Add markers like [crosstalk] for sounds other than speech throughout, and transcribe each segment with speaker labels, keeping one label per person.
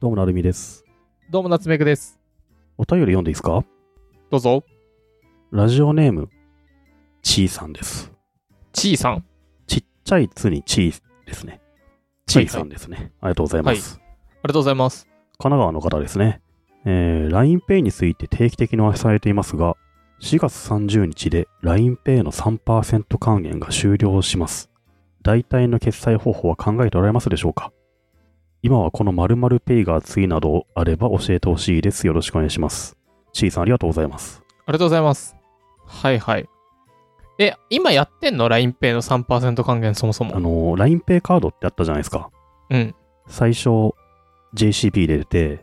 Speaker 1: どうもなるみです。
Speaker 2: どうも、夏目くです。
Speaker 1: お便り読んでいいですか
Speaker 2: どうぞ。
Speaker 1: ラジオネーム、ちーさんです。
Speaker 2: ちーさん。
Speaker 1: ちっちゃいつにちーですね。ちーさんですね、ありがとうございます。
Speaker 2: ありがとうございます。
Speaker 1: 神奈川の方ですね。えー、LINEPay について定期的にお話しされていますが、4月30日で LINEPay の3%還元が終了します。代替の決済方法は考えておられますでしょうか今はこの〇〇 Pay が熱いなどあれば教えてほしいです。よろしくお願いします。ちーさんありがとうございます。
Speaker 2: ありがとうございます。はいはい。え、今やってんの ?LINEPay の3%還元そもそ
Speaker 1: あ
Speaker 2: も。
Speaker 1: の、LINEPay カードってあったじゃないですか。
Speaker 2: うん。
Speaker 1: 最初、JCB で出て、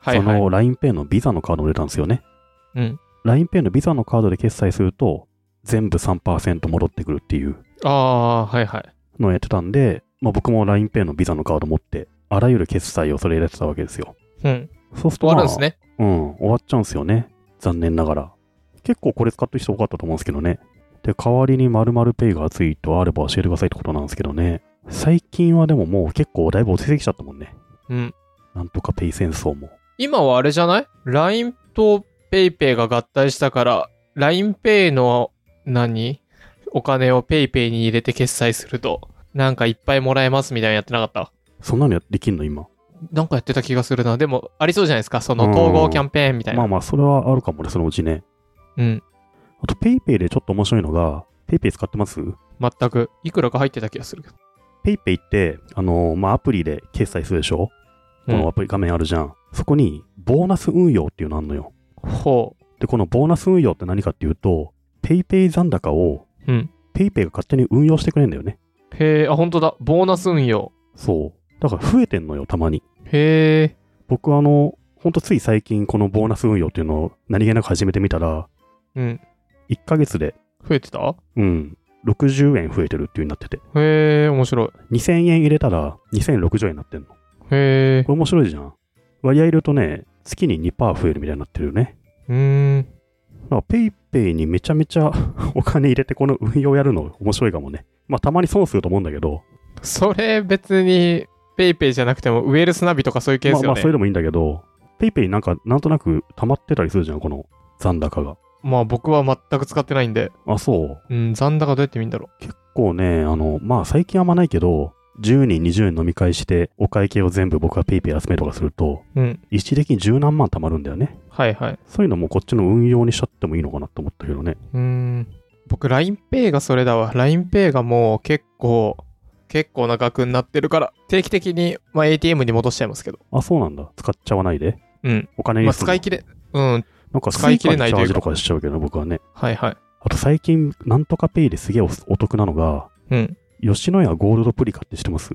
Speaker 2: はいはい。
Speaker 1: そうの LINEPay のビザのカードが出たんですよね。
Speaker 2: ん。
Speaker 1: LINEPay のビザのカードで決済すると、全部3%戻ってくるっていう
Speaker 2: ああ、はいはい。
Speaker 1: のをやってたんで、まあ、僕も LINEPay のビザのカード持って、あらゆる決済をそれ入れてたわけですよ。
Speaker 2: うん。
Speaker 1: そうすると、ま
Speaker 2: 終わ
Speaker 1: あ、
Speaker 2: るんですね。
Speaker 1: うん、終わっちゃうんですよね。残念ながら。結構これ使ってる人多かったと思うんですけどね。で、代わりに〇〇ペイが熱いとあれば教えてくださいってことなんですけどね。最近はでももう結構だいぶ落ち着いてきちゃったもんね。
Speaker 2: うん。
Speaker 1: なんとかペイ戦争も。
Speaker 2: 今はあれじゃない ?LINE と PayPay が合体したから、LINEPay の何お金を PayPay に入れて決済すると、なんかいっぱいもらえますみたいなのやってなかった
Speaker 1: そんなのやできんの今。
Speaker 2: なんかやってた気がするな。でも、ありそうじゃないですか。その統合キャンペーンみたい
Speaker 1: まあ
Speaker 2: な。
Speaker 1: まあ、それはあるかもね、そのうちね。
Speaker 2: うん。
Speaker 1: あと、ペイペイでちょっと面白いのが、ペイペイ使ってます
Speaker 2: 全く。いくらか入ってた気がするけど。
Speaker 1: ペイペイって、あのーまあ、アプリで決済するでしょこ
Speaker 2: うん
Speaker 1: のアプリ画面あるじゃん。そこに、ボーナス運用っていうのあんのよ。
Speaker 2: ほ
Speaker 1: で、このボーナス運用って何かっていうと、ペイペイ残高を、
Speaker 2: う。うん。
Speaker 1: ペイペイが勝手に運用してくれるんだよね。
Speaker 2: へえ、あ、本当だ。ボーナス運用。
Speaker 1: そう。だから増えてんのよ、たまに。
Speaker 2: へえ。
Speaker 1: 僕あの、ほんとつい最近このボーナス運用っていうのを何気なく始めてみたら、
Speaker 2: うん。
Speaker 1: 1ヶ月で、
Speaker 2: 増えてた
Speaker 1: うん、60円増えてるっていう風になってて。
Speaker 2: へえ、面白い。
Speaker 1: 2000円入れたら2060円になってんの。こ
Speaker 2: へえ。
Speaker 1: れ面白いじゃん。割合入れるとね、月に2%増えるみたいになってるよね。
Speaker 2: うーん。
Speaker 1: だからペイペイにめちゃめちゃ [laughs] お金入れてこの運用やるの面白いかもね。まあたまに損すると思うんだけど、
Speaker 2: それ別に、ペイペイじゃなくても、ウェルスナビとかそういうケー
Speaker 1: まあ
Speaker 2: ス
Speaker 1: ま
Speaker 2: よ
Speaker 1: あ
Speaker 2: ね。
Speaker 1: それでもいいんだけど、ペイペイなんかなんとなく溜まってたりするじゃん、この残高が。
Speaker 2: まあ僕は全く使ってないんで。
Speaker 1: あ、そう。
Speaker 2: うん、残高どうやって見るんだろ
Speaker 1: 結構ね、あの、まあ最近あんまないけど、10人、20人飲み会して、お会計を全部僕が PayPay 集めるとかすると、
Speaker 2: う。うん。
Speaker 1: 一時的に十何万貯まるんだよね。
Speaker 2: はいはい。
Speaker 1: そういうのもこっちの運用にしちゃってもいいのかなと思ったけどね。
Speaker 2: うーん。僕、LINEPay がそれだわ。LINEPay がもう結構、結構な額になってるから、定期的に、まあ ATM に戻しちゃいますけど。
Speaker 1: あ、そうなんだ。使っちゃわないで。
Speaker 2: うん。
Speaker 1: お金に
Speaker 2: まあ
Speaker 1: すん
Speaker 2: 使
Speaker 1: の
Speaker 2: い切れ、うん。
Speaker 1: なんか
Speaker 2: 使い切れない
Speaker 1: スイ
Speaker 2: と
Speaker 1: カ
Speaker 2: い
Speaker 1: にチ
Speaker 2: う
Speaker 1: ャージ
Speaker 2: か
Speaker 1: とかしちゃうけどね、僕はね。
Speaker 2: はいはい。
Speaker 1: あと最近、なんとかペイですげえおお得なのが、
Speaker 2: うん。 [laughs]
Speaker 1: 吉野家ゴールドプリカって知ってます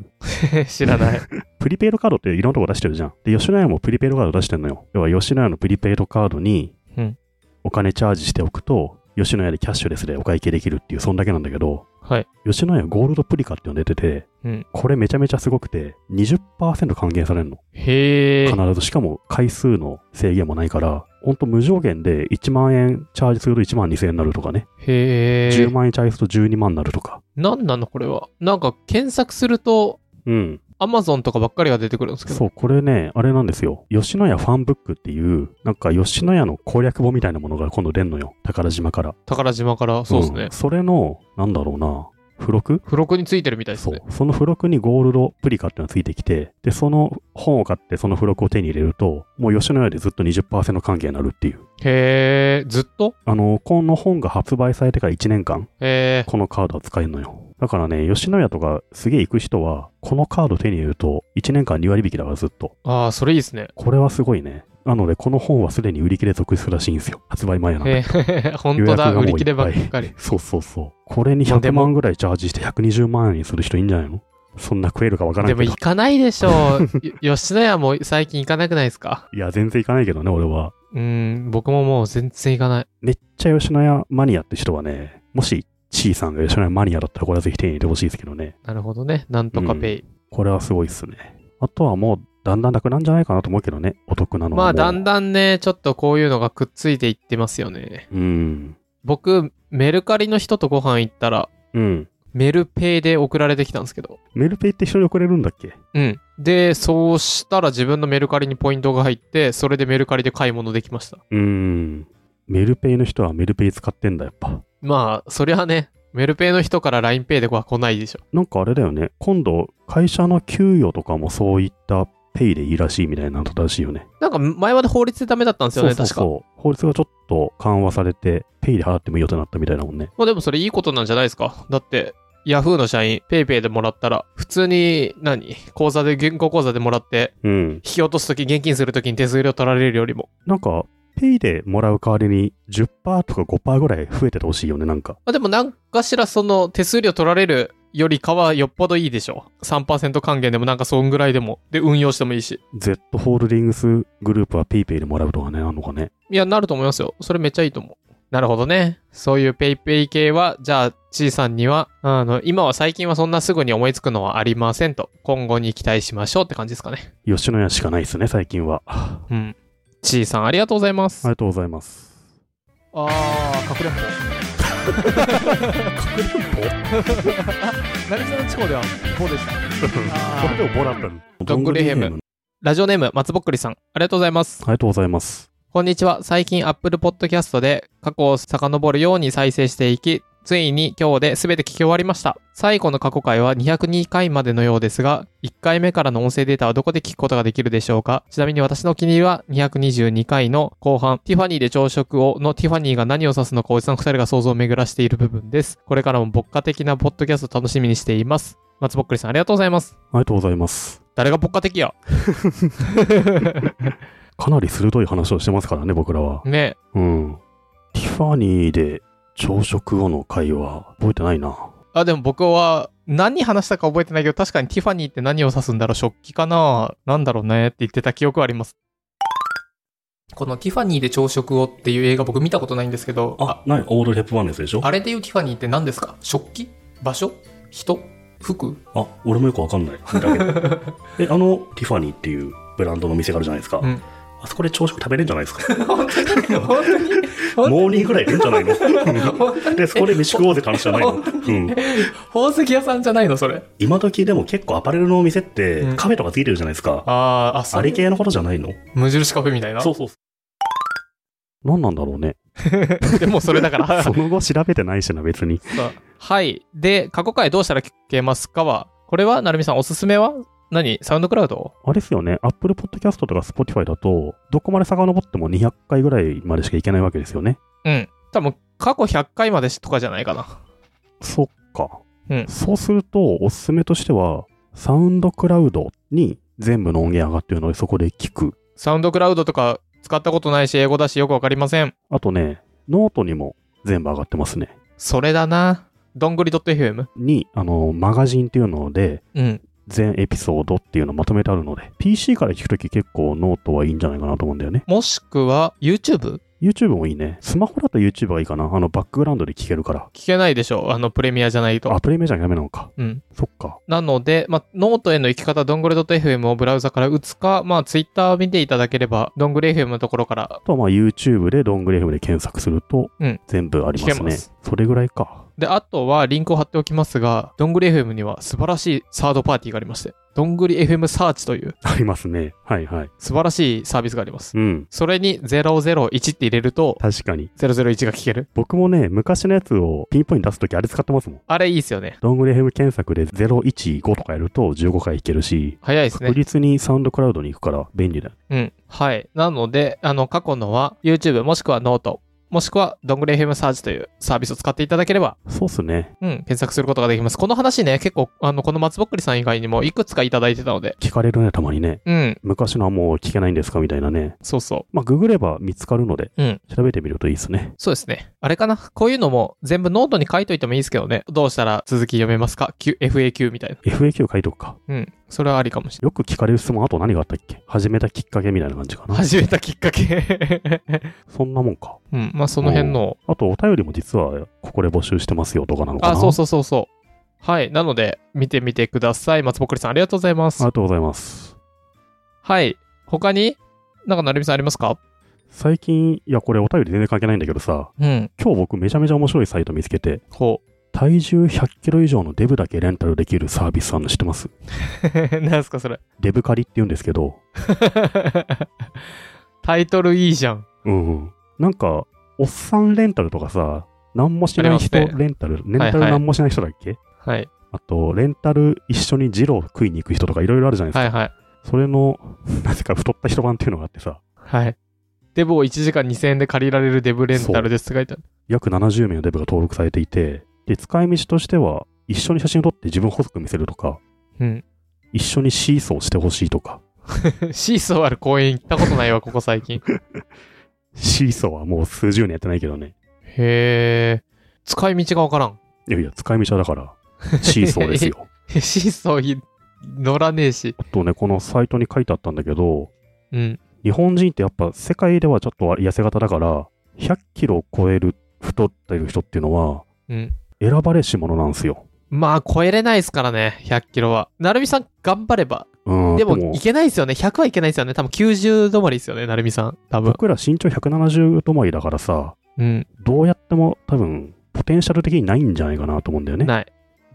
Speaker 2: 知
Speaker 1: [laughs]
Speaker 2: らない。
Speaker 1: プリペイドカードっていろんなとこ出してるじゃん。で、吉野家もプリペイドカード出してんのよ。要は吉野家のプリペイドカードに
Speaker 2: うん、
Speaker 1: お金チャージしておくと、吉野家でキャッシュレスでお会計できるっていう、そんだけなんだけど、
Speaker 2: はい。
Speaker 1: 吉野家ゴールドプリカって呼んでてて、
Speaker 2: うん
Speaker 1: これめちゃめちゃすごくて、20%還元されるの。
Speaker 2: へえ。
Speaker 1: 必ず、しかも回数の制限もないから、ほんと無上限で1万円チャージすると1万2000円になるとかね、
Speaker 2: へえ。
Speaker 1: 10万円チャージすると12万になるとか。
Speaker 2: 何なのこれは。なんか検索すると、
Speaker 1: うん。
Speaker 2: Amazon とかばっかりが出てくるんですけど。
Speaker 1: そう、これね、あれなんですよ。吉野家ファンブックっていう、なんか吉野家の攻略本みたいなものが今度出んのよ。宝島から。
Speaker 2: 宝島から、そうですね。
Speaker 1: んそれの、なんだろうな、付録
Speaker 2: 付録についてるみたいです
Speaker 1: そう
Speaker 2: ね。。
Speaker 1: その付録にゴールドプリカっていうのがついてきて、で、その本を買ってその付録を手に入れると、もう吉野家でずっと20%還元になるっていう。
Speaker 2: へえ。ずっと
Speaker 1: あの、この本が発売されてから1年間、
Speaker 2: へえ。
Speaker 1: このカードは使えるのよ。だからね、吉野家とかすげえ行く人は、このカード手に入れると、1年間2割引きだからずっと。
Speaker 2: ああ、それいいですね。
Speaker 1: これはすごいね。なので、この本はすでに売り切れ続出らしいんですよ。発売前なので。
Speaker 2: へえ。本当
Speaker 1: 予
Speaker 2: だ。
Speaker 1: 約がもう
Speaker 2: 売
Speaker 1: いっぱい
Speaker 2: り切ればっかり。
Speaker 1: そうそうそう。これに
Speaker 2: まあで
Speaker 1: 100
Speaker 2: も
Speaker 1: 万ぐらいチャージして120万円にする人いいんじゃないのそんな食えるかわからな
Speaker 2: で
Speaker 1: い
Speaker 2: も
Speaker 1: けど
Speaker 2: 行。かないでしょう。よ吉野家も最近行かなくないですか
Speaker 1: いや、全然いかないけどね、俺は。
Speaker 2: うん。僕ももう全然行かない。
Speaker 1: めっちゃ吉野家マニアって人はね、もし、ちーさんが吉野家マニアだったら、これはぜひ手に入れてほしいですけどね。
Speaker 2: なるほどね。なんとかペイ。
Speaker 1: これはすごいっすね。あとはもう、だんだんなくなんじゃないかなと思うけどね、お得なの
Speaker 2: ま
Speaker 1: はもう。
Speaker 2: あ、だんだんね、ちょっとこういうのがくっついていってますよね。
Speaker 1: うん。
Speaker 2: 僕、メルカリの人とご飯行ったら、
Speaker 1: うん。
Speaker 2: メルペイで送られてきたんですけど。
Speaker 1: メルペイって一緒に送れるんだっけ
Speaker 2: うん。で、そうしたら自分のメルカリにポイントが入って、それでメルカリで買い物できました。
Speaker 1: うーん。メルペイの人はメルペイ使ってんだ、やっぱ。
Speaker 2: まあ、そりゃね、メルペイの人から LINEPay では来ないでしょ。
Speaker 1: なんかあれだよね。今度、会社の給与とかもそういったペイでいいらしいみたいなのらしいよね。
Speaker 2: なんか前まで法律でダメだったんですよね、確か。
Speaker 1: う。法律がちょっと緩和されて、ペイで払ってもいいよってなったみたいだもんね。
Speaker 2: まあでもそれいいことなんじゃないですか。だって、ヤフーの社員、ペイペイでもらったら、普通に何、口座で、銀行口座でもらって、
Speaker 1: うん。
Speaker 2: 引き落とすとき、現金するときに手数料取られるよりも。
Speaker 1: なんか、ペイでもらう代わりに10%とか5%ぐらい増えててほしいよね、なんか。
Speaker 2: まあでもなんかしらその手数料取られるよりかはよっぽどいいでしょ。3%還元でもなんかそんぐらいでも、で運用してもいいし。
Speaker 1: Z ホールディングスグループはペイペイでもらうとかね、あんのかね。
Speaker 2: いや、なると思いますよ。それめっちゃいいと思う。なるほどね。そういうペイペイ系は、じゃあ、ちいさんには、あの、今は最近はそんなすぐに思いつくのはありませんと、今後に期待しましょうって感じですかね。
Speaker 1: 吉野家しかないですね、最近は。あ
Speaker 2: うん。ちいさん、ありがとうございます。
Speaker 1: りがとうございます。
Speaker 2: あー、隠れんぼ。 [laughs] 隠れんぼ成沢地方では、ぼでした。
Speaker 1: これでももらったの。
Speaker 2: ドングリヘム
Speaker 1: ドング
Speaker 2: ラジオネーム、松ぼっくりさん、ありがとうございます。
Speaker 1: ありがとうございます。
Speaker 2: こんにちは。最近 Apple Podcast で過去を遡るように再生していき、ついに今日で全て聞き終わりました。最後の過去回は202回までのようですが、1回目からの音声データはどこで聞くことができるでしょうかちなみに私のお気に入りは222回の後半、ティファニーで朝食をのティファニーが何を指すのかおじさん2人が想像を巡らしている部分です。これからも牧歌的なポッドキャストを楽しみにしています。松ぼっくりさんありがとうございます。
Speaker 1: ありがとうございます。
Speaker 2: 誰が牧歌的や
Speaker 1: かなり鋭い話をしてますからね、僕らは。
Speaker 2: ね
Speaker 1: うん。ティファニーで朝食後の会話、覚えてないな。
Speaker 2: あ、でも僕は何話したか覚えてないけど、確かにティファニーって何を指すんだろう食器かななんだろうねって言ってた記憶はあります。このティファニーで朝食をっていう映画僕見たことないんですけど、あ、
Speaker 1: ない、オールヘップバーンのやつでしょ
Speaker 2: あれでいうティファニーって何ですか食器場所人服
Speaker 1: あ、俺もよくわかんない。
Speaker 2: [laughs]
Speaker 1: え、あの、ティファニーっていうブランドの店があるじゃないですか。
Speaker 2: うん
Speaker 1: あそこで朝食食べれるんじゃないですか。
Speaker 2: [laughs] 本当に本当に
Speaker 1: モーニングぐらい出るんじゃない
Speaker 2: [laughs]
Speaker 1: の
Speaker 2: 本当に
Speaker 1: で、そこで飯食おうぜって話じゃないの。
Speaker 2: 本
Speaker 1: うん。
Speaker 2: [laughs] 宝石屋さんじゃないのそれ。
Speaker 1: 今時でも結構アパレルのお店って
Speaker 2: うん
Speaker 1: カフェとかついてるじゃないですか。
Speaker 2: あー、あ、そ
Speaker 1: あれ
Speaker 2: れ
Speaker 1: 系のことじゃないの
Speaker 2: 無印カフェみたいな。
Speaker 1: うそうそう。何なんだろうね。
Speaker 2: でもそれだから。
Speaker 1: その後調べてないしな、別に。
Speaker 2: さはい。で、過去回どうしたら聞けますかは、これは、なるみさん、おすすめは何サウンドクラウド
Speaker 1: あれですよね、Apple Podcast とか Spotify だと、どこまで遡っても200回ぐらいまでしかいけないわけですよね。
Speaker 2: うん。多分、過去100回までとかじゃないかな。
Speaker 1: そっか。
Speaker 2: うん
Speaker 1: そうすると、おすすめとしては、サウンドクラウドに全部の音源上がってるので、そこで聞く。
Speaker 2: サウンドクラウドとか使ったことないし、英語だし、よくわかりません。
Speaker 1: あとね、ノートにも全部上がってますね。
Speaker 2: それだな。どんぐり .fm?
Speaker 1: に、あの、マガジンっていうので、
Speaker 2: うん。
Speaker 1: 全エピソードっていうのまとめてあるので、PC から聞くとき結構ノートはいいんじゃないかなと思うんだよね。
Speaker 2: もしくは、YouTube?
Speaker 1: YouTube もいいね。スマホだと YouTube がいいかな。あの、バックグラウンドで聞けるから。
Speaker 2: 聞けないでしょ。あの、プレミアじゃないと。
Speaker 1: あ、プレミアじゃダメなのか。
Speaker 2: うん。
Speaker 1: そっか。
Speaker 2: なので、まあ、ノートへの行き方、どんぐり .fm をブラウザから打つか、まあ、Twitter を見ていただければ、どんぐり FM のところから
Speaker 1: あとはまあ YouTube でロングレフで検索すると
Speaker 2: うん、
Speaker 1: 全部ありま
Speaker 2: 聞
Speaker 1: す
Speaker 2: け
Speaker 1: ね。
Speaker 2: ます
Speaker 1: それぐらいか。
Speaker 2: で、あとはリンクを貼っておきますが、どんぐり FM には素晴らしいサードパーティーがありまして、どんぐり FM サーチという
Speaker 1: ありますね。はいはい。
Speaker 2: 素晴らしいサービスがあります。
Speaker 1: うん。
Speaker 2: それに001って入れると、
Speaker 1: 確かに。
Speaker 2: 001が聞ける。
Speaker 1: 僕もね、昔のやつをピンポイントに出すときあれ使ってますもん。
Speaker 2: あれいいですよね。
Speaker 1: ロングレフ検索で015とかやると15回いけるし、
Speaker 2: 早いです
Speaker 1: 確
Speaker 2: ね。
Speaker 1: 実にサウンドクラウドに行くから便利だよ。
Speaker 2: うん。はい。なので、あの、過去のは YouTube もしくはノート、もしくはどんぐり FM サーチというサービスを使っていただければ、
Speaker 1: そうっすね。
Speaker 2: うん、検索することができます。この話ね、結構、あの、この松ぼっくりさん以外にもいくつかいただいてたので、
Speaker 1: 聞かれるね、たまにね。
Speaker 2: うん、
Speaker 1: 昔のはもう聞けないんですかみたいなね。
Speaker 2: そうそう。
Speaker 1: まあ、ググれば見つかるので、
Speaker 2: うん。
Speaker 1: 調べてみるといいですね。
Speaker 2: そうですね。あれかなこういうのも全部ノートに書いといてもいいですけどね。どうしたら続き読めますか、Q、?FAQ みたいな。
Speaker 1: FAQ 書いとくか。
Speaker 2: うん。それはありかもしれ
Speaker 1: よく聞かれる質問、あと何があったっけ始めたきっかけみたいな感じかな
Speaker 2: な。。
Speaker 1: い
Speaker 2: 始めたきっかけ。 [laughs]
Speaker 1: そんなもんか。
Speaker 2: うん。まあ、その辺の。
Speaker 1: あと、お便りも実は、ここで募集してますよとかなのかな。
Speaker 2: あ、そうそうそうそう。はい。なので、見てみてください。松ぼっくりさん、ありがとうございま
Speaker 1: あり
Speaker 2: す。
Speaker 1: がとうございます。
Speaker 2: はい。他に、なんか、なるみさんありますか
Speaker 1: 最近、いや、これお便り全然関係ないんだけどさ、
Speaker 2: うん。
Speaker 1: 今日僕めちゃめちゃ面白いサイト見つけて、
Speaker 2: こう。
Speaker 1: 体重100キロ以上のデブだけレンタルできるサービスあるの知ってます
Speaker 2: [laughs] なんすかそれ。
Speaker 1: デブ借りって言うんですけど、
Speaker 2: タイトルいいじゃん。
Speaker 1: うんうん。なんか、おっさんレンタルとかさ、何もしない人
Speaker 2: あります
Speaker 1: レンタル、レン
Speaker 2: は
Speaker 1: タ
Speaker 2: い
Speaker 1: ル何もしない人だっけ、
Speaker 2: はい。
Speaker 1: あと、レンタル一緒にジロー食いに行く人とかいろいろあるじゃないですか。
Speaker 2: はいはい。
Speaker 1: それの、 [laughs] なぜか太った人版っていうのがあってさ、
Speaker 2: はい。デブを1時間2000円で借りられるデブレンタルですって書いてある。
Speaker 1: 約70名のデブが登録されていて、で、使い道としては、一緒に写真を撮って自分細く見せるとか、
Speaker 2: うん。
Speaker 1: 一緒にシーソーしてほしいとか、
Speaker 2: [laughs] シーソーある公園行ったことないわ、ここ最近。
Speaker 1: シーソーはもう数十年やってないけどね。
Speaker 2: へえ。使い道がわからん。 [laughs]
Speaker 1: いやいや、使い道はだから、シーソーですよ。
Speaker 2: シーソーい乗らねえし。
Speaker 1: あとね、このサイトに書いてあったんだけど、
Speaker 2: うん。
Speaker 1: 日本人ってやっぱ世界ではちょっと痩せ型だから、100キロを超える太ってる人っていうのは、
Speaker 2: うん。
Speaker 1: 選ばれし者なんですよ。
Speaker 2: まあ、超えれないですからね、100キロは。なるみさん、頑張れば。
Speaker 1: うん、
Speaker 2: でも、いけないですよね。100はいけないですよね。多分90止まりですよね、なるみさん。多分。
Speaker 1: 僕ら身長170止まりだからさ、
Speaker 2: うん。
Speaker 1: どうやっても多分、ポテンシャル的にないんじゃないかなと思うんだよね。
Speaker 2: ない。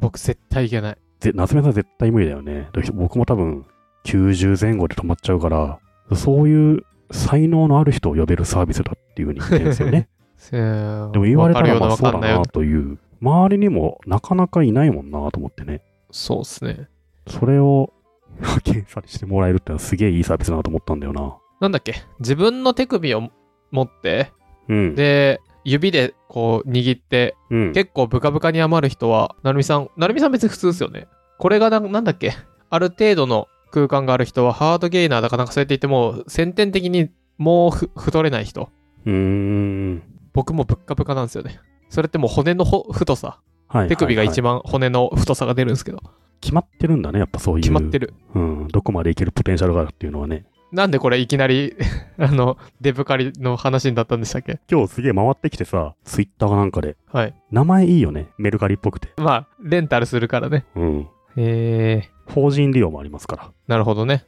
Speaker 2: 僕、絶対いけない。
Speaker 1: ぜ夏目さん絶対無理だよね。で僕も多分、90前後で止まっちゃうから、そういう才能のある人を呼べるサービスだっていうふうに言ってるんですよ
Speaker 2: [laughs]
Speaker 1: ね。
Speaker 2: で
Speaker 1: でも
Speaker 2: も
Speaker 1: 言われたらまあ
Speaker 2: わ
Speaker 1: そう
Speaker 2: かるよ
Speaker 1: だ
Speaker 2: うなわかんないよう
Speaker 1: なという、周りにもなかなかいないもんなと思ってね。
Speaker 2: なそうですね。
Speaker 1: それを [laughs] 派遣されしてもらえるってのはすげえいいサービスだなと思ったんだよな。
Speaker 2: なんだっけ自分の手首を持って、
Speaker 1: うん。
Speaker 2: で、指でこう握って、
Speaker 1: うん、
Speaker 2: 結構ブカブカに余る人は、なるみさん、なるみさん別に普通ですよね。これがな、なんだっけある程度の空間がある人は、ハードゲイナーだかなんかそうやって言っても、先天的にもうふ太れない人。
Speaker 1: うーん。
Speaker 2: 僕もブッカブカなんですよね。それってもう骨のほ太さ。
Speaker 1: はい。
Speaker 2: 手首が一
Speaker 1: 番、
Speaker 2: 番骨の太さが出るんですけど、
Speaker 1: 決まってるんだね、やっぱそういう。
Speaker 2: 決まってる。
Speaker 1: うん。どこまでいけるポテンシャルがあるっていうのはね。
Speaker 2: なんでこれいきなり、 [laughs] あの、デブカリの話になったんでしたっけ
Speaker 1: 今日すげえ回ってきてさ、ツイッターかなんかで。
Speaker 2: はい。
Speaker 1: 名前いいよね。メルカリっぽくて。
Speaker 2: まあ、レンタルするからね。
Speaker 1: うん。
Speaker 2: へえ、
Speaker 1: 法人利用もありますから。
Speaker 2: なるほどね。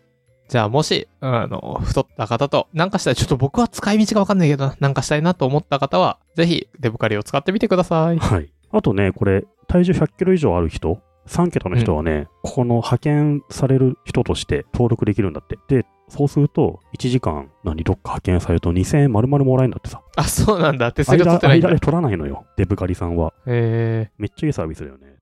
Speaker 2: じゃあもし、あの、太った方と、なんかしたい、ちょっと僕は使い道がわかんないけどな、なんかしたいなと思った方は、ぜひ、デブカリを使ってみてください。
Speaker 1: はい。あとね、これ、体重100キロ以上ある人、3桁の人はね、ここの派遣される人として登録できるんだって。で、そうすると、1時間、何、どっか派遣されると2000円丸々もらえるんだってさ。
Speaker 2: あ、そうなんだ。手数料取
Speaker 1: 間
Speaker 2: ってないん
Speaker 1: 間
Speaker 2: だ。
Speaker 1: で取らないのよ、デブカリさんは。
Speaker 2: え
Speaker 1: めっちゃいいサービスだよね。